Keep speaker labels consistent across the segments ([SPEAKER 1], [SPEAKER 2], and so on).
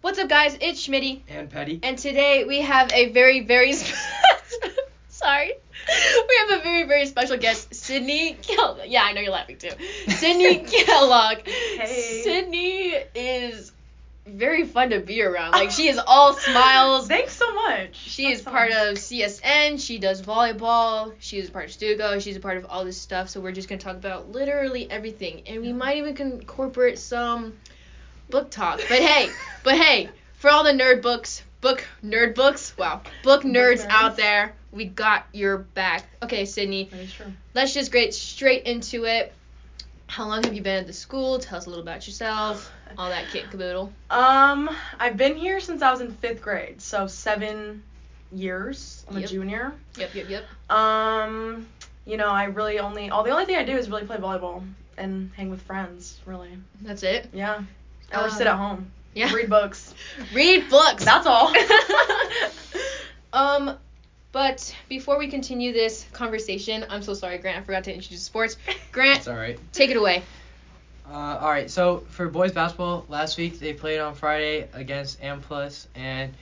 [SPEAKER 1] What's up, guys? It's Schmitty,
[SPEAKER 2] and Petty.
[SPEAKER 1] and today we have a very, very sp- sorry, we have a very, very special guest, Sydney. Kel- yeah, I know you're laughing too. Sydney Kellogg.
[SPEAKER 3] Hey.
[SPEAKER 1] Sydney is very fun to be around. Like she is all smiles.
[SPEAKER 3] Thanks so much.
[SPEAKER 1] She
[SPEAKER 3] That's
[SPEAKER 1] is
[SPEAKER 3] so
[SPEAKER 1] part
[SPEAKER 3] much.
[SPEAKER 1] of CSN. She does volleyball. She is a part of Stugo. She's a part of all this stuff. So we're just gonna talk about literally everything, and we might even con- incorporate some book talk. But hey, but hey, for all the nerd books, book nerd books, wow, book nerds
[SPEAKER 3] nerds.
[SPEAKER 1] out there, we got your back. Okay, Sydney,
[SPEAKER 3] That is true.
[SPEAKER 1] let's just get straight into it. How long have you been at the school? Tell us a little about yourself. All that kit and caboodle.
[SPEAKER 3] Um, I've been here since I was in fifth grade, so seven years. I'm
[SPEAKER 1] Yep.
[SPEAKER 3] a junior.
[SPEAKER 1] Yep, yep, yep.
[SPEAKER 3] Um, you know, I really only all the only thing I do is really play volleyball and hang with friends. Really,
[SPEAKER 1] That's it.
[SPEAKER 3] yeah. Or
[SPEAKER 1] Um,
[SPEAKER 3] sit at home,
[SPEAKER 1] Yeah.
[SPEAKER 3] read books.
[SPEAKER 1] Read books.
[SPEAKER 3] That's all.
[SPEAKER 1] um, but before we continue this conversation, I'm so sorry, Grant. I forgot to introduce sports. Grant,
[SPEAKER 2] It's all right.
[SPEAKER 1] take it away.
[SPEAKER 2] Uh, all right. So for boys basketball, last week they played on Friday against Amplus, and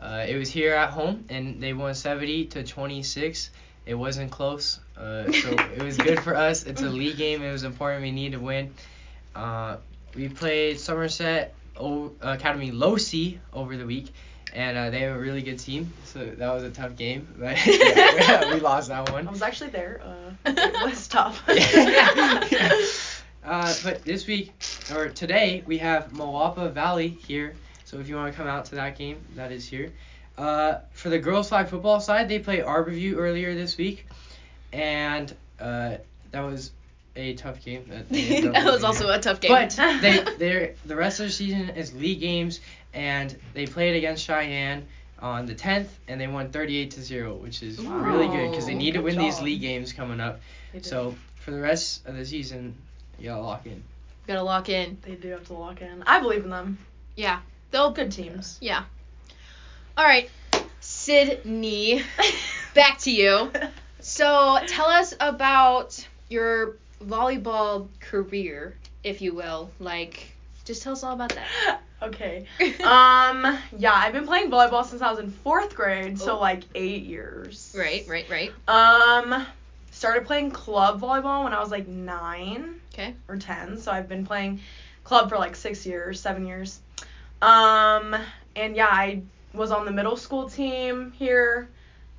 [SPEAKER 2] uh, it was here at home, and they won 70 to 26. It wasn't close, uh, so it was good for us. It's a league game. It was important. We need to win. Uh, we played Somerset o- Academy Low C over the week, and uh, they have a really good team. So that was a tough game, but yeah, we lost that one.
[SPEAKER 3] I was actually there. Uh, it was tough.
[SPEAKER 2] Yeah. Uh, but this week or today we have Moapa Valley here. So if you want to come out to that game, that is here. Uh, for the girls' flag football side, they played Arborview earlier this week, and uh, that was a tough game. they ended up
[SPEAKER 1] that was
[SPEAKER 2] winning.
[SPEAKER 1] also a tough game.
[SPEAKER 2] But they they the rest of the season is league games, and they played against Cheyenne on the 10th, and they won 38 to zero, which is really good because they
[SPEAKER 1] Ooh,
[SPEAKER 2] need to
[SPEAKER 3] good
[SPEAKER 2] win these
[SPEAKER 3] job.
[SPEAKER 2] league games coming up.
[SPEAKER 3] They do.
[SPEAKER 2] So for the rest of the season, you gotta lock in.
[SPEAKER 1] gotta lock in.
[SPEAKER 3] they do have to lock in. I believe in them.
[SPEAKER 1] Yeah, they'll.
[SPEAKER 3] Good teams.
[SPEAKER 1] Yeah. All right, Sydney, back to you. So tell us about your volleyball career, if you will. Like, just tell us all about that.
[SPEAKER 3] okay. Um, yeah, I've been playing volleyball since I was in fourth grade, so
[SPEAKER 1] Oh.
[SPEAKER 3] like eight years.
[SPEAKER 1] right, right, right.
[SPEAKER 3] Um, started playing club volleyball when I was like nine
[SPEAKER 1] Okay.
[SPEAKER 3] or ten, so I've been playing club for like six years, seven years. Um, and yeah, I was on the middle school team here.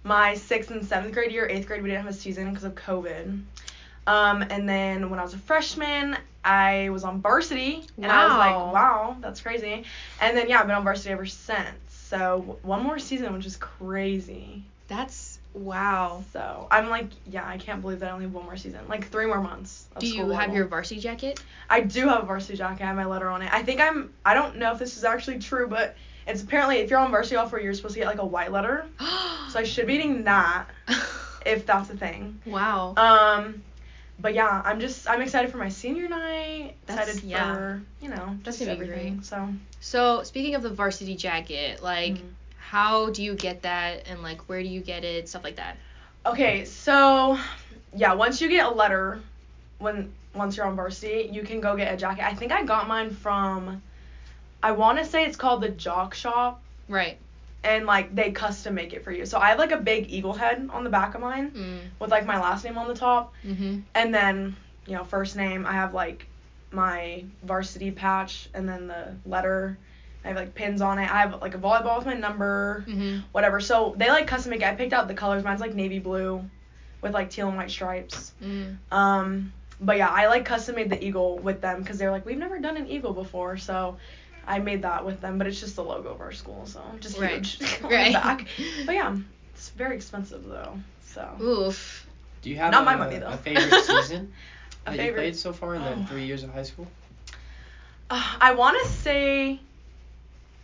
[SPEAKER 3] My sixth and seventh grade year, eighth grade, we didn't have a season because of COVID. Um, and then when I was a freshman, I was on varsity, and I was
[SPEAKER 1] Wow.
[SPEAKER 3] like, wow, that's crazy. And then yeah, I've been on varsity ever since. So one more season, which is crazy.
[SPEAKER 1] That's wow.
[SPEAKER 3] So I'm like, yeah, I can't believe that I only have one more season. Like three more months. of
[SPEAKER 1] Do you
[SPEAKER 3] school
[SPEAKER 1] have
[SPEAKER 3] level.
[SPEAKER 1] your varsity jacket?
[SPEAKER 3] I do have a varsity jacket. I have my letter on it. I think I'm. I don't know if this is actually true, but it's apparently if you're on varsity all four, you're supposed to get like a white letter. So I should be getting that if that's a thing.
[SPEAKER 1] wow.
[SPEAKER 3] Um, but yeah, I'm just I'm excited for my senior night.
[SPEAKER 1] That's-
[SPEAKER 3] excited
[SPEAKER 1] yeah.
[SPEAKER 3] for you know
[SPEAKER 1] That's
[SPEAKER 3] just
[SPEAKER 1] gonna be
[SPEAKER 3] everything.
[SPEAKER 1] great.
[SPEAKER 3] So
[SPEAKER 1] So speaking of the varsity jacket, like
[SPEAKER 3] mhm.
[SPEAKER 1] how do you get that and like where do you get it, stuff like that?
[SPEAKER 3] Okay, so yeah, once you get a letter when once you're on varsity, you can go get a jacket. I think I got mine from I want to say it's called the Jock Shop
[SPEAKER 1] Right.
[SPEAKER 3] and like they custom make it for you. So I have like a big eagle head on the back of mine
[SPEAKER 1] Mm.
[SPEAKER 3] with like my last name on the top
[SPEAKER 1] Mhm.
[SPEAKER 3] and then, you know, first name, I have like my varsity patch and then the letter. I have like pins on it. I have like a volleyball with my number
[SPEAKER 1] Mhm.
[SPEAKER 3] whatever. So they like custom make. it. I picked out the colors. Mine's like navy blue, with like teal and white stripes.
[SPEAKER 1] Mm.
[SPEAKER 3] Um, but yeah, I like custom made the eagle with them because they're like we've never done an eagle before, so I made that with them. But it's just the logo of our school, so just
[SPEAKER 1] Right.
[SPEAKER 3] huge on
[SPEAKER 1] Right.
[SPEAKER 3] the back. But yeah, it's very expensive though. So
[SPEAKER 1] Oof.
[SPEAKER 2] Do you have
[SPEAKER 3] Not
[SPEAKER 2] a,
[SPEAKER 3] my money, though.
[SPEAKER 2] a favorite season
[SPEAKER 3] a
[SPEAKER 2] that you
[SPEAKER 3] favorite.
[SPEAKER 2] played so far in the
[SPEAKER 3] Oh.
[SPEAKER 2] three years of high school?
[SPEAKER 3] Uh, I want to say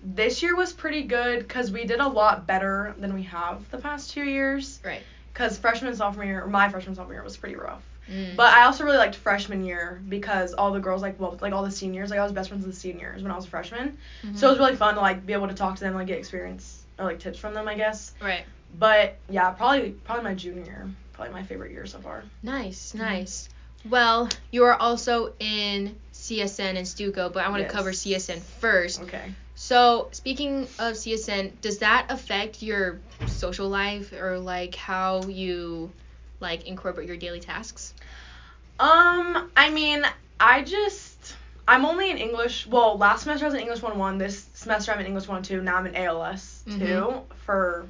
[SPEAKER 3] this year was pretty good because we did a lot better than we have the past two years.
[SPEAKER 1] Right.
[SPEAKER 3] Because freshman and sophomore year, or my freshman and sophomore year was pretty rough.
[SPEAKER 1] Mm.
[SPEAKER 3] But I also really liked freshman year because all the girls like well like all the seniors like I was best friends with the seniors when I was a freshman.
[SPEAKER 1] Mhm.
[SPEAKER 3] So it was really fun to like be able to talk to them like get experience or like tips from them I guess.
[SPEAKER 1] right.
[SPEAKER 3] But yeah, probably probably my junior year, probably my favorite year so far.
[SPEAKER 1] Nice,
[SPEAKER 3] Mm-hmm.
[SPEAKER 1] nice. Well, you are also in CSN and Stuco, but I want to
[SPEAKER 3] Yes.
[SPEAKER 1] cover CSN first.
[SPEAKER 3] Okay.
[SPEAKER 1] So speaking of CSN, does that affect your social life or like how you like incorporate your daily tasks?
[SPEAKER 3] Um, I mean, I just I'm only in English. Well, last semester I was in English one one. This semester I'm in English one oh two. Now I'm in ALS 2
[SPEAKER 1] Mhm.
[SPEAKER 3] for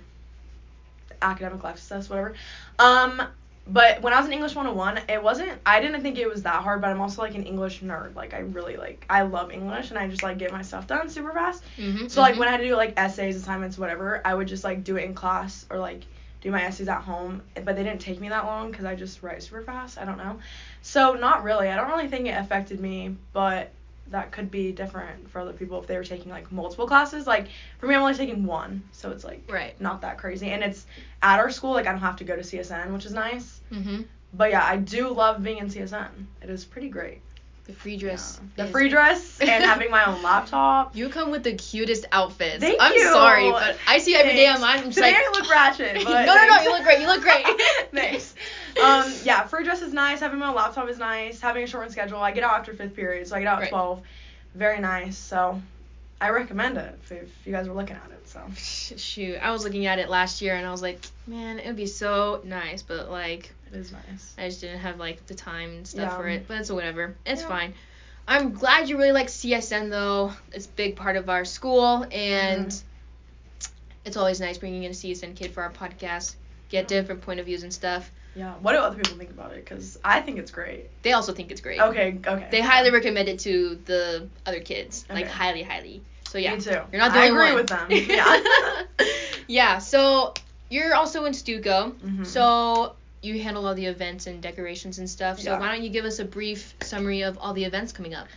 [SPEAKER 3] academic life success, whatever. Um, but when I was in English 101, it wasn't. I didn't think it was that hard. But I'm also like an English nerd. Like I really like I love English and I just like get my stuff done super fast.
[SPEAKER 1] Mm-hmm.
[SPEAKER 3] So like when I had to do like essays, assignments, whatever, I would just like do it in class or like do my essays at home. But they didn't take me that long because I just write super fast. I don't know. So not really. I don't really think it affected me, but that could be different for other people if they were taking like multiple classes. Like for me, I'm only taking one, so it's like
[SPEAKER 1] Right.
[SPEAKER 3] not that crazy. And it's at our school. Like I don't have to go to CSN, which is nice.
[SPEAKER 1] hmm
[SPEAKER 3] But yeah, I do love being in CSN. It is pretty great.
[SPEAKER 1] The free dress.
[SPEAKER 3] Yeah. The
[SPEAKER 1] is-
[SPEAKER 3] free dress and having my own laptop.
[SPEAKER 1] You come with the cutest outfits.
[SPEAKER 3] Thank
[SPEAKER 1] I'm
[SPEAKER 3] you.
[SPEAKER 1] sorry, but I see you every day
[SPEAKER 3] Thanks.
[SPEAKER 1] on mine. I'm just
[SPEAKER 3] Today
[SPEAKER 1] like,
[SPEAKER 3] I look ratchet. But
[SPEAKER 1] no, no, no.
[SPEAKER 3] thanks.
[SPEAKER 1] You look great. You look great.
[SPEAKER 3] thanks. Um, yeah, free dress is nice. Having my laptop is nice. Having a shortened schedule. I get out after fifth period, so I get out at
[SPEAKER 1] Right.
[SPEAKER 3] twelve. Very nice. So I recommend it if, if you guys were looking at it. So
[SPEAKER 1] Shoot, I was looking at it last year and I was like, man, it would be so nice, but like,
[SPEAKER 3] it is nice.
[SPEAKER 1] I just didn't have like the time and stuff
[SPEAKER 3] Yeah.
[SPEAKER 1] for it. But it's whatever. It's
[SPEAKER 3] Yeah.
[SPEAKER 1] fine. I'm glad you really like CSN though. It's a big part of our school and
[SPEAKER 3] Mhm.
[SPEAKER 1] it's always nice bringing in a CSN kid for our podcast. Get
[SPEAKER 3] Yeah.
[SPEAKER 1] different point of views and stuff.
[SPEAKER 3] Yeah. What do other people think about it? Because I think it's great.
[SPEAKER 1] They also think it's great.
[SPEAKER 3] Okay. Okay.
[SPEAKER 1] They highly recommend it to the other kids. Like
[SPEAKER 3] Okay.
[SPEAKER 1] highly, highly. So yeah.
[SPEAKER 3] Me too. You're
[SPEAKER 1] You're not the
[SPEAKER 3] I
[SPEAKER 1] only
[SPEAKER 3] agree
[SPEAKER 1] one.
[SPEAKER 3] with them. Yeah.
[SPEAKER 1] yeah. So you're also in Stuco.
[SPEAKER 3] Mhm.
[SPEAKER 1] So you handle all the events and decorations and stuff. So
[SPEAKER 3] Yeah.
[SPEAKER 1] why don't you give us a brief summary of all the events coming up?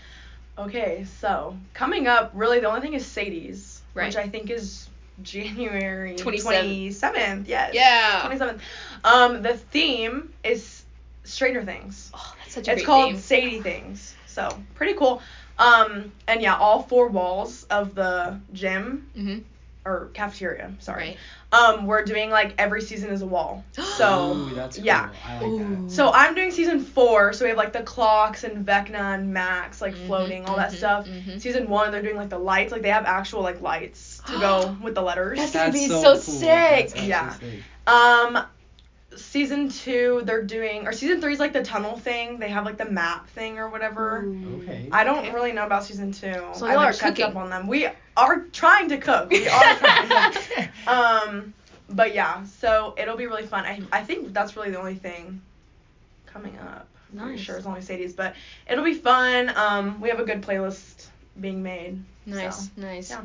[SPEAKER 3] Okay, so coming up, really the only thing is Sadie's,
[SPEAKER 1] Right.
[SPEAKER 3] which I think is January
[SPEAKER 1] 27th.
[SPEAKER 3] 27th. Yes.
[SPEAKER 1] Yeah.
[SPEAKER 3] 27th. Um, the theme is Stranger Things.
[SPEAKER 1] Oh, that's such a
[SPEAKER 3] It's
[SPEAKER 1] great
[SPEAKER 3] called
[SPEAKER 1] name.
[SPEAKER 3] Sadie Things. So, pretty cool. Um, and yeah, all four walls of the gym
[SPEAKER 1] Mhm.
[SPEAKER 3] or cafeteria, sorry.
[SPEAKER 1] Right.
[SPEAKER 3] Um, we're doing like every season is a wall. So,
[SPEAKER 2] Ooh, that's
[SPEAKER 3] yeah.
[SPEAKER 2] cool. I like that.
[SPEAKER 3] So I'm doing season four, so we have like the clocks and Vecna and Max like
[SPEAKER 1] Mhm,
[SPEAKER 3] floating, all that
[SPEAKER 1] mhm,
[SPEAKER 3] stuff.
[SPEAKER 1] mhm.
[SPEAKER 3] Season one, they're doing like the lights, like they have actual like lights to go with the letters.
[SPEAKER 1] That's gonna
[SPEAKER 2] That's
[SPEAKER 1] be
[SPEAKER 2] so,
[SPEAKER 1] so
[SPEAKER 2] cool.
[SPEAKER 1] sick.
[SPEAKER 2] That's
[SPEAKER 3] Yeah.
[SPEAKER 2] actually sick.
[SPEAKER 3] Um, season two, they're doing or season three is like the tunnel thing. They have like the map thing or whatever.
[SPEAKER 2] Okay.
[SPEAKER 3] I don't
[SPEAKER 1] Hmm. Okay.
[SPEAKER 3] really know about season two.
[SPEAKER 1] So
[SPEAKER 3] I
[SPEAKER 1] y'all
[SPEAKER 3] haven't
[SPEAKER 1] are
[SPEAKER 3] checked
[SPEAKER 1] cooking.
[SPEAKER 3] up on them. We are trying to cook. We are trying. to cook. Um, but yeah, so it'll be really fun. I I think that's really the only thing coming up. I'm pretty
[SPEAKER 1] Nice.
[SPEAKER 3] sure it's only Sadie's, but it'll be fun. Um, we have a good playlist being made.
[SPEAKER 1] nice,
[SPEAKER 3] So,
[SPEAKER 1] nice.
[SPEAKER 3] yeah.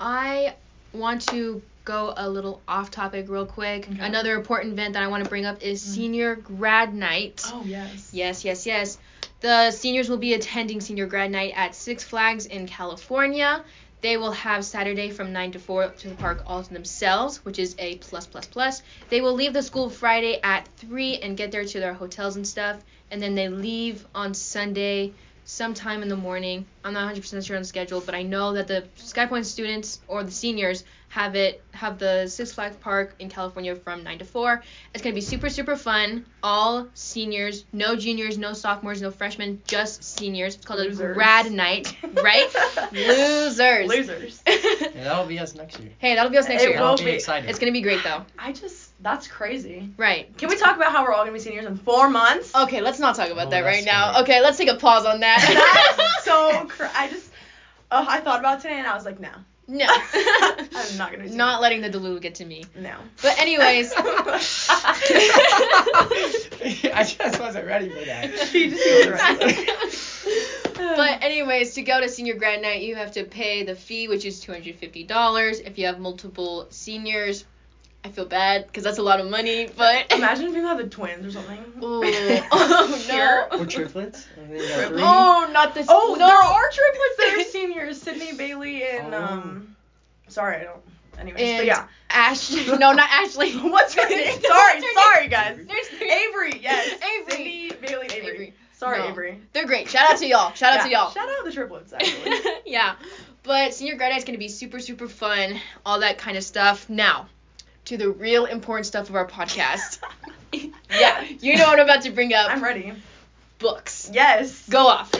[SPEAKER 1] I want to go a little off topic real quick.
[SPEAKER 3] Okay.
[SPEAKER 1] Another important event that I want to bring up is
[SPEAKER 3] Mm.
[SPEAKER 1] senior grad night.
[SPEAKER 3] Oh yes.
[SPEAKER 1] Yes, yes, yes. The seniors will be attending senior grad night at Six Flags in California. They will have Saturday from 9 to 4 to the park all to themselves, which is a plus plus plus. They will leave the school Friday at 3 and get there to their hotels and stuff, and then they leave on Sunday sometime in the morning. I'm not 100% sure on the schedule, but I know that the Skypoint students or the seniors have it have the Six Flags Park in California from 9 to 4. It's going to be super super fun. All seniors, no juniors, no sophomores, no freshmen, just seniors. It's called a
[SPEAKER 3] Losers.
[SPEAKER 1] grad night, right? Losers.
[SPEAKER 3] Losers.
[SPEAKER 2] Yeah, that'll be us next year.
[SPEAKER 1] hey, that'll be us next
[SPEAKER 3] It
[SPEAKER 1] year.
[SPEAKER 3] will
[SPEAKER 2] That'll be
[SPEAKER 3] be.
[SPEAKER 2] exciting.
[SPEAKER 1] It's going to be great though.
[SPEAKER 3] I just that's crazy.
[SPEAKER 1] Right.
[SPEAKER 3] Can we talk about how we're all gonna be seniors in four months?
[SPEAKER 1] Okay, let's not talk about
[SPEAKER 2] Oh,
[SPEAKER 1] that right
[SPEAKER 2] that's
[SPEAKER 1] now.
[SPEAKER 2] great.
[SPEAKER 1] Okay, let's take a pause on that.
[SPEAKER 3] That's so cra- I just oh I thought about it today and I was like no
[SPEAKER 1] no.
[SPEAKER 3] I'm not gonna do
[SPEAKER 1] Not letting the Duluth get to me.
[SPEAKER 3] no.
[SPEAKER 1] But anyways,
[SPEAKER 2] I just wasn't ready for that.
[SPEAKER 3] She just feels right.
[SPEAKER 1] but anyways, to go to senior grad night, you have to pay the fee, which is two hundred fifty dollars. If you have multiple seniors, I feel bad because that's a lot of money. But
[SPEAKER 3] Imagine if you had the twins or something.
[SPEAKER 1] Ooh. Oh,
[SPEAKER 3] Here.
[SPEAKER 1] no.
[SPEAKER 2] Or triplets? I think we got three.
[SPEAKER 1] oh, not the
[SPEAKER 3] Oh,
[SPEAKER 1] no.
[SPEAKER 3] there are triplets that are seniors. Sydney Bailey and
[SPEAKER 2] Oh.
[SPEAKER 3] um. Sorry, I don't. Anyways, but
[SPEAKER 1] And
[SPEAKER 3] yeah.
[SPEAKER 1] Ashley. No, not Ashley.
[SPEAKER 3] What's her name?
[SPEAKER 1] What's
[SPEAKER 3] sorry,
[SPEAKER 1] her
[SPEAKER 3] sorry
[SPEAKER 1] name?
[SPEAKER 3] guys.
[SPEAKER 1] There's three.
[SPEAKER 3] Avery, yes.
[SPEAKER 1] Avery.
[SPEAKER 3] Sydney Bailey Avery.
[SPEAKER 1] Avery.
[SPEAKER 3] Sorry,
[SPEAKER 1] No.
[SPEAKER 3] Avery.
[SPEAKER 1] They're great. Shout out to y'all. Shout out to
[SPEAKER 3] Yeah,
[SPEAKER 1] y'all.
[SPEAKER 3] Shout out the triplets. Actually.
[SPEAKER 1] yeah. But senior grad night is going to be super, super fun, all that kind of stuff. Now, to the real important stuff of our podcast. yeah, you know what I'm about to bring up.
[SPEAKER 3] I'm ready.
[SPEAKER 1] Books.
[SPEAKER 3] Yes.
[SPEAKER 1] Go off.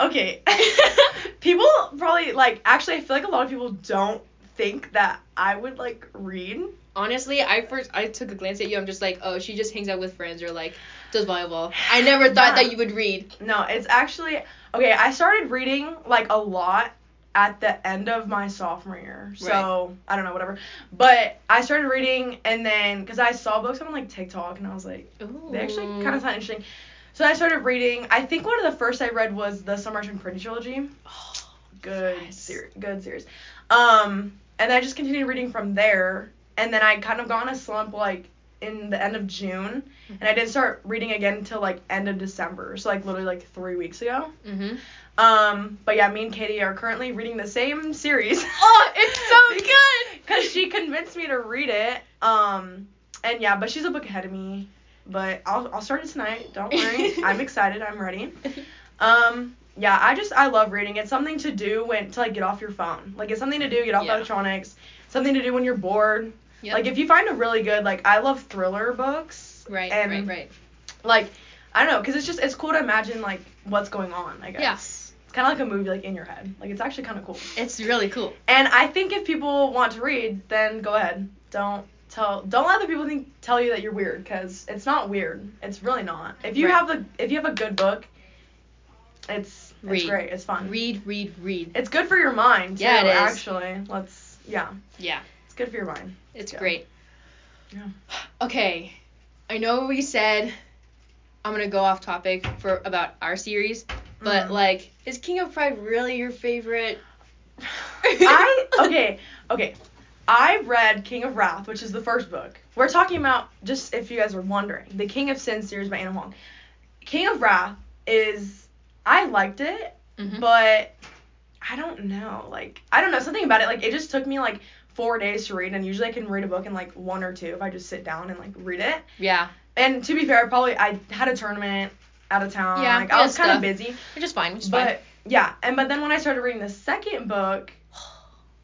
[SPEAKER 3] Okay. people probably like actually I feel like a lot of people don't think that I would like read.
[SPEAKER 1] Honestly, I first I took a glance at you. I'm just like, oh, she just hangs out with friends or like does volleyball. I never thought
[SPEAKER 3] Yeah.
[SPEAKER 1] that you would read.
[SPEAKER 3] No, it's actually okay, I started reading like a lot at the end of my sophomore year. So, I don't know, whatever. But I started reading and then cuz I saw books on like TikTok and I was like
[SPEAKER 1] Ooh.
[SPEAKER 3] they actually kind
[SPEAKER 1] Mm.
[SPEAKER 3] of sound interesting. So I started reading. I think one of the first I read was the Summer and Pretty trilogy. good
[SPEAKER 1] Nice.
[SPEAKER 3] series good series um and i just continued reading from there and then i kind of got in a slump like in the end of june and i didn't start reading again until like end of december so like literally like three weeks ago
[SPEAKER 1] Mm-hmm.
[SPEAKER 3] um but yeah me and katie are currently reading the same series
[SPEAKER 1] Oh, it's so good.
[SPEAKER 3] because she convinced me to read it um and yeah but she's a book ahead of me but i'll, I'll start it tonight don't worry i'm excited i'm ready um, yeah, I just I love reading. It's something to do when to like get off your phone. Like it's something to do, get off
[SPEAKER 1] Yeah.
[SPEAKER 3] electronics. Something to do when you're bored.
[SPEAKER 1] Yep.
[SPEAKER 3] Like if you find a really good like I love thriller books.
[SPEAKER 1] right,
[SPEAKER 3] and,
[SPEAKER 1] right, right.
[SPEAKER 3] Like I don't know, cause it's just it's cool to imagine like what's going on. I guess.
[SPEAKER 1] Yes,
[SPEAKER 3] It's kind of like a movie like in your head. Like it's actually kind of cool.
[SPEAKER 1] it's really cool.
[SPEAKER 3] And I think if people want to read, then go ahead. Don't tell don't let the people think tell you that you're weird because it's not weird. It's really not. If you
[SPEAKER 1] Right.
[SPEAKER 3] have the if you have a good book, it's
[SPEAKER 1] Read.
[SPEAKER 3] it's great. It's fun.
[SPEAKER 1] Read, read, read.
[SPEAKER 3] It's good for your mind too.
[SPEAKER 1] Yeah, it is.
[SPEAKER 3] Actually, let's yeah,
[SPEAKER 1] Yeah,
[SPEAKER 3] it's good for your mind.
[SPEAKER 1] it's
[SPEAKER 3] Yeah.
[SPEAKER 1] great.
[SPEAKER 3] Yeah.
[SPEAKER 1] Okay, I know we said I'm gonna go off topic for about our series, but
[SPEAKER 3] Mhm.
[SPEAKER 1] like, is King of Pride really your favorite?
[SPEAKER 3] I okay okay. I read King of Wrath, which is the first book. We're talking about just if you guys were wondering, the King of Sin series by Anna Huang. King of Wrath is I liked it,
[SPEAKER 1] Mhm.
[SPEAKER 3] but I don't know. Like I don't know something about it. Like it just took me like four days to read, and usually I can read a book in like one or two if I just sit down and like read it.
[SPEAKER 1] yeah,
[SPEAKER 3] And to be fair, I probably I had a tournament out of town.
[SPEAKER 1] Yeah,
[SPEAKER 3] like
[SPEAKER 1] yeah,
[SPEAKER 3] I was kind
[SPEAKER 1] stuff.
[SPEAKER 3] of busy.
[SPEAKER 1] which is fine, which is
[SPEAKER 3] But yeah, and but then when I started reading the second book,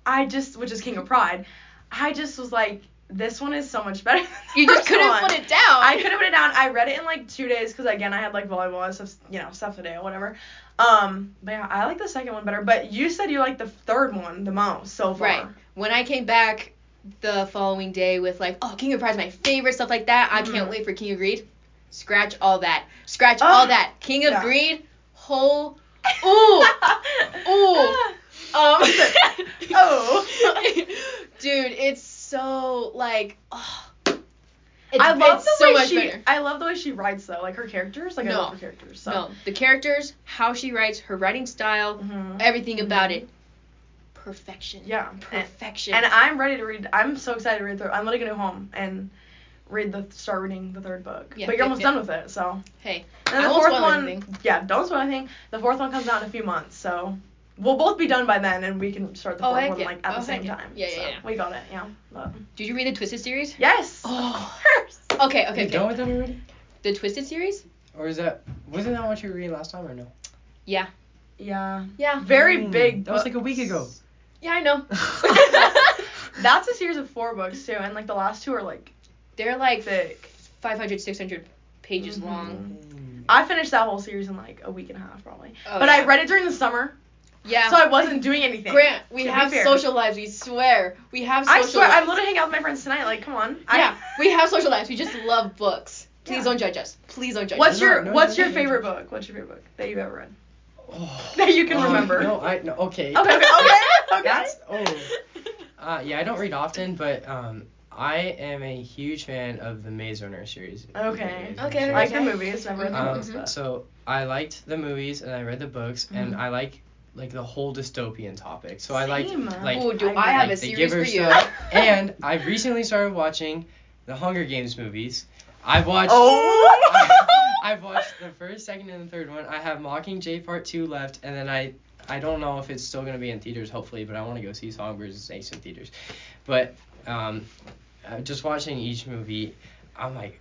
[SPEAKER 3] I just which is King of Pride, I just was like, this one is so much better. Than the
[SPEAKER 1] fine. You just
[SPEAKER 3] first
[SPEAKER 1] couldn't
[SPEAKER 3] one.
[SPEAKER 1] put it down.
[SPEAKER 3] I couldn't put it down. I read it in like two days because again I had like volleyball and stuff, you know, stuff to do, whatever. Um, but yeah, I like the second one better. But you said you like the third one the most so far.
[SPEAKER 1] Right. When I came back the following day with like, oh, King of Pride is my favorite stuff like that. I can't
[SPEAKER 3] Mhm.
[SPEAKER 1] wait for King of Greed. Scratch all that. Scratch
[SPEAKER 3] Oh,
[SPEAKER 1] all that. King of
[SPEAKER 3] yeah.
[SPEAKER 1] Greed. Whole. Ooh. Ooh. Um,
[SPEAKER 3] Oh.
[SPEAKER 1] Dude, it's so like. Oh,
[SPEAKER 3] I love the
[SPEAKER 1] it's so
[SPEAKER 3] way
[SPEAKER 1] much
[SPEAKER 3] she.
[SPEAKER 1] better.
[SPEAKER 3] I love the way she writes though, like her characters. Like I
[SPEAKER 1] No.
[SPEAKER 3] love her characters. So.
[SPEAKER 1] No, the characters, how she writes, her writing style,
[SPEAKER 3] Mhm.
[SPEAKER 1] everything about
[SPEAKER 3] Mhm.
[SPEAKER 1] it. Perfection.
[SPEAKER 3] Mm-hmm. Yeah. And,
[SPEAKER 1] Perfection.
[SPEAKER 3] and I'm ready to read. I'm so excited to read. Third, I'm literally gonna go home and read the start reading the third book.
[SPEAKER 1] Yeah,
[SPEAKER 3] but
[SPEAKER 1] yeah,
[SPEAKER 3] you're almost
[SPEAKER 1] yeah.
[SPEAKER 3] done with it, so.
[SPEAKER 1] hey,
[SPEAKER 3] And then
[SPEAKER 1] I
[SPEAKER 3] the
[SPEAKER 1] won't
[SPEAKER 3] fourth
[SPEAKER 1] spoil
[SPEAKER 3] one.
[SPEAKER 1] anything.
[SPEAKER 3] Yeah, don't spoil anything. The fourth one comes out in a few months, so we'll both be done by then, and we can start the
[SPEAKER 1] Oh,
[SPEAKER 3] fourth
[SPEAKER 1] heck
[SPEAKER 3] one
[SPEAKER 1] yeah.
[SPEAKER 3] like at
[SPEAKER 1] Oh,
[SPEAKER 3] the
[SPEAKER 1] heck
[SPEAKER 3] same
[SPEAKER 1] yeah.
[SPEAKER 3] time.
[SPEAKER 1] Yeah, yeah,
[SPEAKER 3] so
[SPEAKER 1] yeah.
[SPEAKER 3] We got it. Yeah. But-
[SPEAKER 1] did you read the Twisted series?
[SPEAKER 3] yes.
[SPEAKER 1] Oh.
[SPEAKER 3] Of course.
[SPEAKER 1] Okay, okay, okay.
[SPEAKER 2] you done with them already?
[SPEAKER 1] The Twisted series?
[SPEAKER 2] Or is that wasn't that what you were reading last time or no?
[SPEAKER 1] Yeah.
[SPEAKER 3] Yeah.
[SPEAKER 1] Yeah.
[SPEAKER 3] Very
[SPEAKER 2] Mm,
[SPEAKER 3] big.
[SPEAKER 2] That was like a week ago.
[SPEAKER 3] books.
[SPEAKER 1] Yeah, I know.
[SPEAKER 3] That's a series of four books too, and like the last two are like
[SPEAKER 1] They're like
[SPEAKER 3] thick.
[SPEAKER 1] 500, 600 pages
[SPEAKER 3] Mhm.
[SPEAKER 1] long.
[SPEAKER 2] Mm.
[SPEAKER 3] I finished that whole series in like a week and a half probably.
[SPEAKER 1] Oh,
[SPEAKER 3] but I
[SPEAKER 1] yeah.
[SPEAKER 3] read it during the summer,
[SPEAKER 1] Yeah.
[SPEAKER 3] so I wasn't doing anything.
[SPEAKER 1] Grant, we
[SPEAKER 3] To be
[SPEAKER 1] have
[SPEAKER 3] fair.
[SPEAKER 1] social lives. We swear. We have social
[SPEAKER 3] I swear,
[SPEAKER 1] lives.
[SPEAKER 3] I'm literally hanging out with my friends tonight. Like, come on. I-
[SPEAKER 1] yeah, we have social lives. We just love books. Please
[SPEAKER 3] Yeah.
[SPEAKER 1] don't judge us. Please don't judge
[SPEAKER 3] What's
[SPEAKER 1] us.
[SPEAKER 2] No,
[SPEAKER 3] your
[SPEAKER 2] no,
[SPEAKER 3] What's
[SPEAKER 2] no,
[SPEAKER 3] your
[SPEAKER 2] no, no.
[SPEAKER 3] favorite book? What's your favorite book that you've ever read?
[SPEAKER 2] Oh.
[SPEAKER 3] That you can
[SPEAKER 2] Um,
[SPEAKER 3] remember.
[SPEAKER 2] No, I no okay.
[SPEAKER 3] Okay, okay, okay. okay.
[SPEAKER 2] That's oh. Uh, yeah, I don't read often, but um, I am a huge fan of the Maze Runner series.
[SPEAKER 3] Okay. Mm-hmm.
[SPEAKER 2] The Maze Runner
[SPEAKER 1] Okay,
[SPEAKER 2] series.
[SPEAKER 3] like
[SPEAKER 1] okay.
[SPEAKER 3] the movies, never read the
[SPEAKER 2] Um,
[SPEAKER 3] books, but
[SPEAKER 2] So I liked the movies and I read the books
[SPEAKER 1] Mm-hmm.
[SPEAKER 2] and I like like the whole dystopian topic. So I liked
[SPEAKER 3] Same.
[SPEAKER 2] like
[SPEAKER 1] Ooh, do
[SPEAKER 3] I
[SPEAKER 1] I,
[SPEAKER 3] read,
[SPEAKER 1] have
[SPEAKER 2] like,
[SPEAKER 1] a
[SPEAKER 2] The
[SPEAKER 1] series for
[SPEAKER 2] Giver
[SPEAKER 1] you?
[SPEAKER 2] stuff. and I recently started watching the Hunger Games movies. I've watched
[SPEAKER 3] Oh.
[SPEAKER 2] I've watched the first, second, and the third one. I have Mockingjay Part Two left, and then I I don't know if it's still gonna be in theaters, hopefully, but I want to go see Songbirds and Snakes in theaters. But um, uh, just watching each movie, I'm like,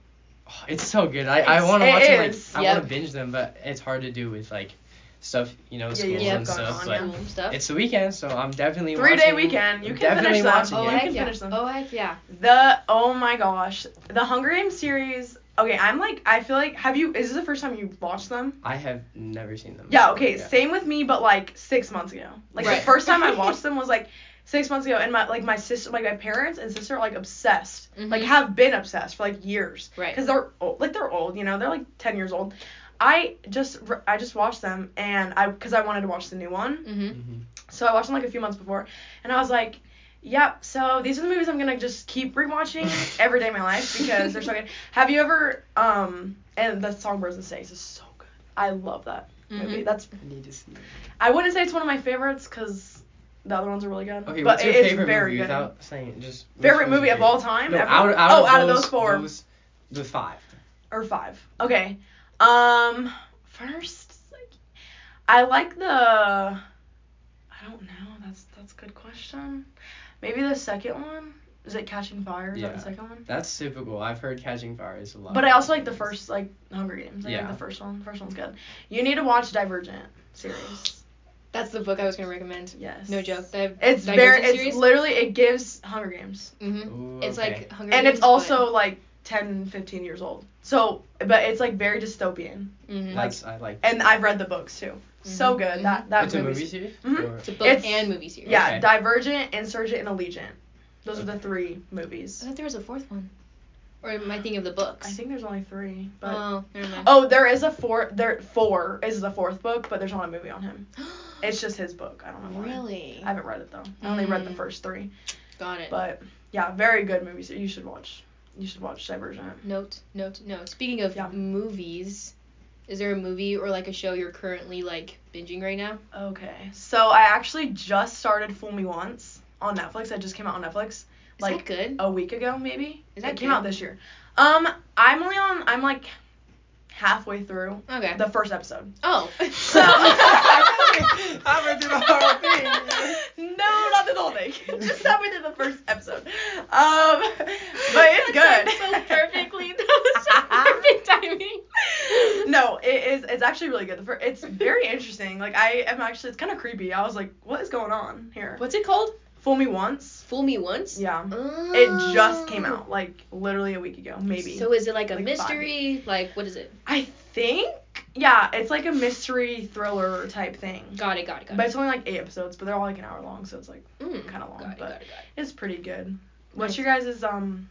[SPEAKER 2] oh, it's so good. I, I
[SPEAKER 3] It's-
[SPEAKER 2] want to
[SPEAKER 3] it
[SPEAKER 2] watch them. Like,
[SPEAKER 3] is.
[SPEAKER 2] I
[SPEAKER 1] Yep.
[SPEAKER 2] want to binge them, but it's hard to do with like stuff you know
[SPEAKER 3] Yeah,
[SPEAKER 2] school
[SPEAKER 1] yeah,
[SPEAKER 2] and
[SPEAKER 3] stuff going
[SPEAKER 2] stuff.
[SPEAKER 3] on,
[SPEAKER 2] but
[SPEAKER 3] yeah.
[SPEAKER 1] Cool stuff.
[SPEAKER 2] it's the weekend, so I'm definitely
[SPEAKER 3] Three day
[SPEAKER 2] watching-
[SPEAKER 3] weekend. You
[SPEAKER 2] I'm
[SPEAKER 3] can
[SPEAKER 2] definitely
[SPEAKER 3] finish them.
[SPEAKER 2] watching
[SPEAKER 1] oh,
[SPEAKER 3] you
[SPEAKER 2] it.
[SPEAKER 1] heck
[SPEAKER 3] can
[SPEAKER 1] yeah.
[SPEAKER 3] finish them.
[SPEAKER 1] Oh, heck yeah.
[SPEAKER 3] The oh my gosh, the Hunger Games series Okay, I'm like I feel like have you is this the first time you've watched them?
[SPEAKER 2] I have never seen them.
[SPEAKER 3] Yeah, okay, same with me, but like six months ago. Like the
[SPEAKER 1] Right.
[SPEAKER 3] first time I watched them was like six months ago, and my like my sister, like my parents and sister are like obsessed, like
[SPEAKER 1] Mhm.
[SPEAKER 3] have been obsessed for like years,
[SPEAKER 1] Right.
[SPEAKER 3] Because they're old, like they're old, you know, they're like ten years old. I just re- I just watched them, and I because I wanted to watch the new one,
[SPEAKER 1] Mm-hmm.
[SPEAKER 2] hmm
[SPEAKER 3] so I watched them like a few months before, and I was like. Yep. So these are the movies I'm gonna just keep rewatching every day of my life because they're so good. Have you ever um and the Songbirds and Snakes is so good. I love that movie.
[SPEAKER 1] Mhm.
[SPEAKER 3] That's
[SPEAKER 2] I need to see. it.
[SPEAKER 3] I wouldn't say it's one of my favorites because the other ones are really good.
[SPEAKER 2] Okay,
[SPEAKER 3] but
[SPEAKER 2] what's your
[SPEAKER 3] it is
[SPEAKER 2] favorite
[SPEAKER 3] very
[SPEAKER 2] movie
[SPEAKER 3] good.
[SPEAKER 2] without saying just which
[SPEAKER 3] favorite
[SPEAKER 2] one's
[SPEAKER 3] movie
[SPEAKER 2] your
[SPEAKER 3] of all
[SPEAKER 2] favorite?
[SPEAKER 3] time?
[SPEAKER 2] No,
[SPEAKER 3] ever?
[SPEAKER 2] out, out
[SPEAKER 3] oh,
[SPEAKER 2] of
[SPEAKER 3] out of
[SPEAKER 2] those,
[SPEAKER 3] those four
[SPEAKER 2] those, those five.
[SPEAKER 3] or five. Okay. Um, first, like, I like the. I don't know. That's that's a good question. Maybe the second one. Is it Catching Fire? Is that
[SPEAKER 2] Yeah.
[SPEAKER 3] the second one?
[SPEAKER 2] That's typical. I've heard Catching Fire is a lot.
[SPEAKER 3] But I also like the first like Hunger Games. I
[SPEAKER 2] Yeah.
[SPEAKER 3] like the first one. First one's good. You need to watch Divergent series.
[SPEAKER 1] That's the book I was gonna recommend.
[SPEAKER 3] Yes.
[SPEAKER 1] No joke. The
[SPEAKER 3] It's
[SPEAKER 1] Divergent
[SPEAKER 3] very. It's
[SPEAKER 1] series?
[SPEAKER 3] literally it gives Hunger Games.
[SPEAKER 1] Mm-hmm.
[SPEAKER 2] Ooh,
[SPEAKER 1] It's
[SPEAKER 2] okay.
[SPEAKER 1] like Hunger
[SPEAKER 3] and
[SPEAKER 1] Games,
[SPEAKER 3] it's also
[SPEAKER 1] but-
[SPEAKER 3] like 10 15 years old so but it's like very dystopian
[SPEAKER 1] Mhm.
[SPEAKER 2] That's I like.
[SPEAKER 3] and i've read the books too so
[SPEAKER 1] Mhm,
[SPEAKER 3] good
[SPEAKER 1] mhm.
[SPEAKER 3] that e- that
[SPEAKER 2] it's a movie
[SPEAKER 3] movie's-
[SPEAKER 2] series.
[SPEAKER 3] Mhm.
[SPEAKER 2] Or-
[SPEAKER 1] it's a book
[SPEAKER 3] it's-
[SPEAKER 1] and movie series.
[SPEAKER 3] yeah
[SPEAKER 2] Okay.
[SPEAKER 3] divergent insurgent and allegiant those are the three movies
[SPEAKER 1] I thought there was a fourth one. Or am I thinking of the books?
[SPEAKER 3] i think there's only three but
[SPEAKER 1] Oh, never mind.
[SPEAKER 3] oh there is a four there four is the fourth book but there's not a movie on him it's just his book i don't know why.
[SPEAKER 1] really
[SPEAKER 3] i haven't read it though i only read the
[SPEAKER 1] Mm.
[SPEAKER 3] first three
[SPEAKER 1] got it.
[SPEAKER 3] but yeah very good movies you should watch you should watch divergent
[SPEAKER 1] Note, note, note. Speaking of
[SPEAKER 3] Yeah.
[SPEAKER 1] movies, is there a movie or like a show you're currently like binging right now?
[SPEAKER 3] Okay. So I actually just started Fool Me Once on Netflix. That just came out on Netflix
[SPEAKER 1] Is
[SPEAKER 3] Like, oh.
[SPEAKER 1] that good?
[SPEAKER 3] a week ago maybe.
[SPEAKER 1] Is that
[SPEAKER 3] it came
[SPEAKER 1] good?
[SPEAKER 3] out this year. Um, I'm only on I'm like halfway through
[SPEAKER 1] Okay.
[SPEAKER 3] the first episode.
[SPEAKER 1] oh.
[SPEAKER 3] So
[SPEAKER 2] I went through the whole thing.
[SPEAKER 3] No, not the whole thing. Just halfway through the first episode. Um but it's
[SPEAKER 1] That
[SPEAKER 3] good.
[SPEAKER 1] timed So perfectly. That was so perfect timing.
[SPEAKER 3] No, it is. It's actually really good. The fir- It's very interesting. Like I am actually, it's kind of creepy. I was like, what is going on here?
[SPEAKER 1] What's it called?
[SPEAKER 3] Fool me once.
[SPEAKER 1] Fool Me Once.
[SPEAKER 3] Yeah.
[SPEAKER 1] Oh.
[SPEAKER 3] It just came out like literally a week ago, maybe.
[SPEAKER 1] So is it like a
[SPEAKER 3] Like five.
[SPEAKER 1] mystery? Like what is it?
[SPEAKER 3] I think yeah, it's like a mystery thriller type thing.
[SPEAKER 1] Got it. Got it. Got
[SPEAKER 3] But
[SPEAKER 1] it.
[SPEAKER 3] it's only like eight episodes, but they're all like an hour long, so it's like
[SPEAKER 1] Mm,
[SPEAKER 3] kinda long,
[SPEAKER 1] Got it.
[SPEAKER 3] but-
[SPEAKER 1] Got it. Got it.
[SPEAKER 3] it's pretty good. What's
[SPEAKER 1] Nice.
[SPEAKER 3] your guys' um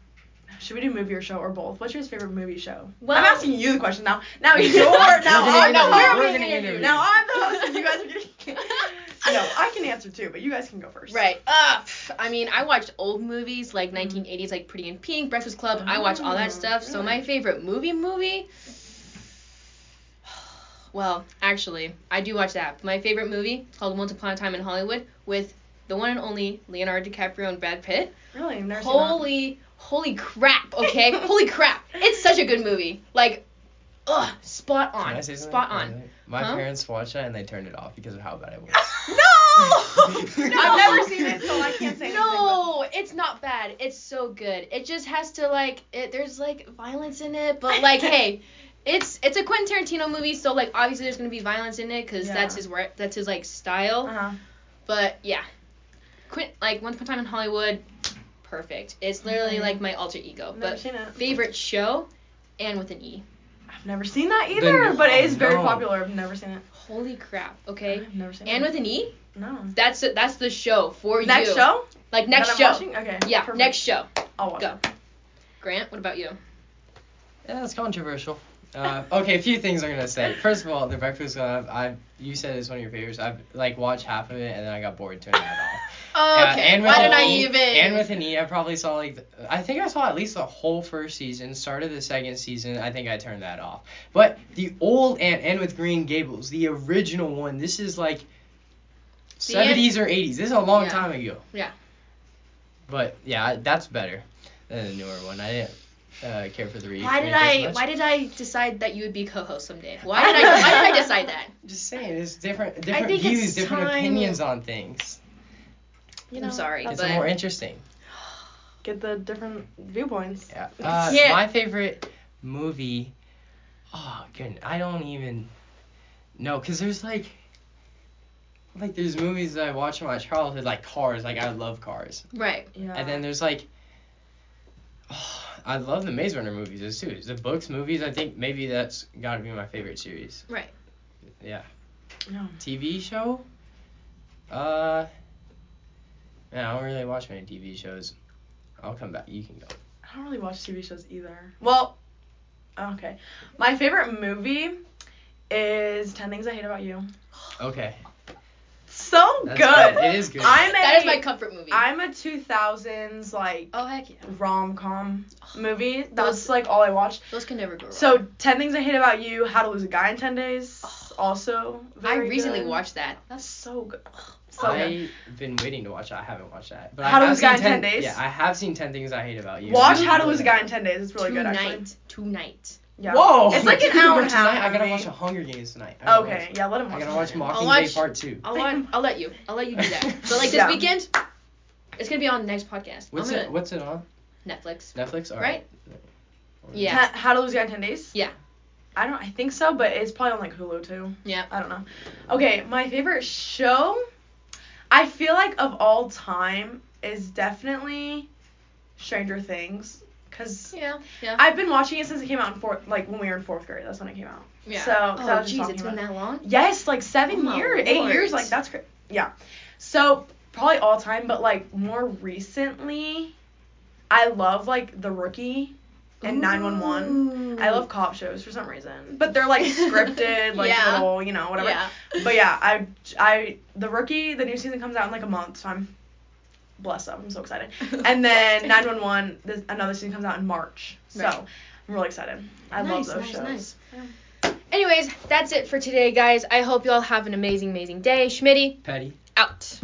[SPEAKER 3] should we do movie or show or both? What's your favorite movie show?
[SPEAKER 1] Well-
[SPEAKER 3] I'm asking you the question now. Now you're
[SPEAKER 2] We're
[SPEAKER 3] now
[SPEAKER 2] doing
[SPEAKER 3] I'm now
[SPEAKER 2] interviews.
[SPEAKER 3] we're
[SPEAKER 2] We're
[SPEAKER 3] being
[SPEAKER 2] doing
[SPEAKER 3] interviewed.
[SPEAKER 2] interviews.
[SPEAKER 3] Now I'm the host and you guys are getting No, I can answer too, but you guys can go first.
[SPEAKER 1] Right. Uh, pff, I mean, I watched old movies
[SPEAKER 2] Mm-hmm.
[SPEAKER 1] like 1980s, like Pretty in Pink, Breakfast Club. I watch all
[SPEAKER 3] Oh,
[SPEAKER 1] that stuff. So my
[SPEAKER 2] Mm-hmm.
[SPEAKER 3] really?
[SPEAKER 1] favorite movie movie. Well, actually, I do watch that. My favorite movie is called Once Upon a Time in Hollywood with the one and only Leonardo DiCaprio and Brad Pitt.
[SPEAKER 3] Really? I've never seen that.
[SPEAKER 1] Holy, holy crap! Okay, holy crap! It's such a good movie. Like, ugh, spot
[SPEAKER 2] Can I
[SPEAKER 1] on,
[SPEAKER 2] say something?
[SPEAKER 1] spot
[SPEAKER 2] Can I
[SPEAKER 1] on.
[SPEAKER 2] say- My
[SPEAKER 1] Huh?
[SPEAKER 2] parents watched that and they turned it off because of how bad it was.
[SPEAKER 3] No!
[SPEAKER 2] No!
[SPEAKER 3] I've never seen it, so I can't say anything. but-
[SPEAKER 1] No, it's not bad. It's so good. It just has to like it, there's like violence in it, but like hey, it's it's a Quentin Tarantino movie, so like obviously there's gonna be violence in it because
[SPEAKER 3] Yeah.
[SPEAKER 1] that's his work, that's his like style.
[SPEAKER 3] Uh-huh.
[SPEAKER 1] But yeah, Quint like Once Upon a Time in Hollywood, perfect. It's literally
[SPEAKER 3] Mhm.
[SPEAKER 1] like my alter ego.
[SPEAKER 3] I've never
[SPEAKER 1] But
[SPEAKER 3] seen it.
[SPEAKER 1] favorite show, and with an E.
[SPEAKER 3] I've never seen that
[SPEAKER 2] The
[SPEAKER 3] either,
[SPEAKER 2] new-
[SPEAKER 3] but it
[SPEAKER 2] oh,
[SPEAKER 3] is very
[SPEAKER 2] no.
[SPEAKER 3] popular. I've never seen it.
[SPEAKER 1] Holy crap. Okay.
[SPEAKER 3] I've never seen
[SPEAKER 1] And
[SPEAKER 3] it.
[SPEAKER 1] with an E,
[SPEAKER 3] no.
[SPEAKER 1] that's that's the show for
[SPEAKER 3] Next
[SPEAKER 1] you.
[SPEAKER 3] show?
[SPEAKER 1] Like next
[SPEAKER 3] That I'm
[SPEAKER 1] show.
[SPEAKER 3] watching? Okay.
[SPEAKER 1] Yeah,
[SPEAKER 3] perfect.
[SPEAKER 1] next show.
[SPEAKER 3] I'll watch.
[SPEAKER 1] Go.
[SPEAKER 3] Go.
[SPEAKER 1] Grant, what about you?
[SPEAKER 2] Yeah, that's controversial. Uh, okay, a few things I'm gonna say. First of all, The Breakfast Club. I you said it's one of your favorites. I've like watched half of it and then I got bored turning it off.
[SPEAKER 1] Oh,
[SPEAKER 2] Yeah,
[SPEAKER 1] okay.
[SPEAKER 2] and with
[SPEAKER 1] Why did
[SPEAKER 2] an
[SPEAKER 1] I
[SPEAKER 2] E-
[SPEAKER 1] even?
[SPEAKER 2] And with an E, I probably saw like th- I think I saw at least the whole first season. Started the second season. I think I turned that off. But the old and and with Green Gables, the original one. This is like
[SPEAKER 1] See,
[SPEAKER 2] seventies or eighties. This is a long
[SPEAKER 1] Yeah.
[SPEAKER 2] time ago.
[SPEAKER 1] Yeah.
[SPEAKER 2] But yeah, I- that's better than the newer one. I didn't uh, care for the re.
[SPEAKER 1] why did
[SPEAKER 2] remake as
[SPEAKER 1] I?
[SPEAKER 2] much.
[SPEAKER 1] Why did I decide that you would be co-host someday? Why did I? Why did I decide that?
[SPEAKER 2] Just saying, it's different different
[SPEAKER 1] think it's
[SPEAKER 2] views, different
[SPEAKER 1] time-
[SPEAKER 2] opinions on things.
[SPEAKER 3] You
[SPEAKER 1] I'm
[SPEAKER 3] know,
[SPEAKER 1] sorry,
[SPEAKER 3] that's
[SPEAKER 2] It's
[SPEAKER 1] but
[SPEAKER 2] more interesting.
[SPEAKER 3] Get the different viewpoints.
[SPEAKER 2] Yeah. Uh,
[SPEAKER 1] Yeah.
[SPEAKER 2] My favorite movie. Oh goodness, I don't even know, cause there's like, like there's movies that I watched in my childhood, like Cars. Like I love Cars.
[SPEAKER 1] right.
[SPEAKER 3] Yeah.
[SPEAKER 2] And then there's like, I love the Maze Runner movies, those two. The books, movies, I think maybe that's got to be my favorite series.
[SPEAKER 1] Right.
[SPEAKER 2] Yeah.
[SPEAKER 3] No.
[SPEAKER 2] TV show? Uh, man, I don't really watch many TV shows. I'll come back. You can go.
[SPEAKER 3] I don't really watch TV shows either. Well, okay. My favorite movie is 10 Things I Hate About You.
[SPEAKER 2] Okay.
[SPEAKER 3] So
[SPEAKER 2] That's
[SPEAKER 3] good.
[SPEAKER 2] good. It is good.
[SPEAKER 3] I'm a,
[SPEAKER 1] That is my comfort movie.
[SPEAKER 3] I'm a 2000s like
[SPEAKER 1] oh heck yeah.
[SPEAKER 3] rom com movie. That's
[SPEAKER 1] Oh. Those-
[SPEAKER 3] like all I watched.
[SPEAKER 1] Those can never go wrong.
[SPEAKER 3] So 10 Things I Hate About You, How to Lose a Guy in 10 Days, also
[SPEAKER 1] I
[SPEAKER 3] very
[SPEAKER 1] recently
[SPEAKER 3] good.
[SPEAKER 1] watched that.
[SPEAKER 3] That's so good. So good.
[SPEAKER 2] I've been waiting to watch that. I haven't watched that. But
[SPEAKER 3] How
[SPEAKER 2] I
[SPEAKER 3] to
[SPEAKER 2] have
[SPEAKER 3] Lose a Guy
[SPEAKER 2] seen
[SPEAKER 3] in 10 Days?
[SPEAKER 2] Yeah, I have seen 10 Things I Hate About You.
[SPEAKER 3] Watch
[SPEAKER 2] Really
[SPEAKER 3] How to
[SPEAKER 2] good.
[SPEAKER 3] Lose a Guy in 10 Days. It's really good actually.
[SPEAKER 1] tonight. Tonight.
[SPEAKER 3] Yeah.
[SPEAKER 2] Whoa!
[SPEAKER 3] It's like an hour and a half.
[SPEAKER 2] Tonight, I gotta
[SPEAKER 3] movie.
[SPEAKER 2] watch a Hunger Games tonight. I gotta
[SPEAKER 3] Okay,
[SPEAKER 2] watch-
[SPEAKER 3] yeah, let him
[SPEAKER 2] I
[SPEAKER 3] watch.
[SPEAKER 2] gotta watch
[SPEAKER 1] I'll
[SPEAKER 2] Mockingjay
[SPEAKER 1] watch-
[SPEAKER 2] Part 2.
[SPEAKER 1] I'll let I'll let you. I'll let you do that. But like this
[SPEAKER 3] Yeah.
[SPEAKER 1] weekend, it's gonna be on the next podcast.
[SPEAKER 2] What's
[SPEAKER 1] I'm
[SPEAKER 2] it?
[SPEAKER 1] gonna,
[SPEAKER 2] What's it on?
[SPEAKER 1] Netflix.
[SPEAKER 2] Netflix. All
[SPEAKER 1] Right? Yeah.
[SPEAKER 3] Ha- How to Lose a Guy in 10 Days?
[SPEAKER 1] Yeah.
[SPEAKER 3] I don't I think so, but it's probably on like Hulu too.
[SPEAKER 1] Yeah.
[SPEAKER 3] I don't know. Okay, my favorite show I feel like of all time is definitely Stranger Things cuz
[SPEAKER 1] Yeah. Yeah.
[SPEAKER 3] I've been watching it since it came out in fourth like when we were in 4th grade. That's when it came out.
[SPEAKER 1] yeah.
[SPEAKER 3] so- so I
[SPEAKER 1] oh
[SPEAKER 3] was just
[SPEAKER 1] jeez,
[SPEAKER 3] talking
[SPEAKER 1] it's been
[SPEAKER 3] about-
[SPEAKER 1] that long.
[SPEAKER 3] Yes, like
[SPEAKER 1] Oh
[SPEAKER 3] seven
[SPEAKER 1] my
[SPEAKER 3] years, eight
[SPEAKER 1] lord.
[SPEAKER 3] years, like that's crazy. Yeah. So probably all time, but like more recently, I love like The Rookie and 911. I love cop shows for some reason, but they're like scripted, like
[SPEAKER 1] Yeah.
[SPEAKER 3] little, you know, whatever.
[SPEAKER 1] Yeah.
[SPEAKER 3] But yeah, I, I, The Rookie, the new season comes out in like a month, so I'm blessed up. I'm so excited. And then 911, this, another season comes out in March, so
[SPEAKER 1] Right.
[SPEAKER 3] I'm really excited. I
[SPEAKER 1] Nice,
[SPEAKER 3] love those
[SPEAKER 1] nice,
[SPEAKER 3] shows.
[SPEAKER 1] nice. Anyways, that's it for today, guys. I hope y'all have an amazing, amazing day. Schmitty,
[SPEAKER 2] Petty.
[SPEAKER 1] out.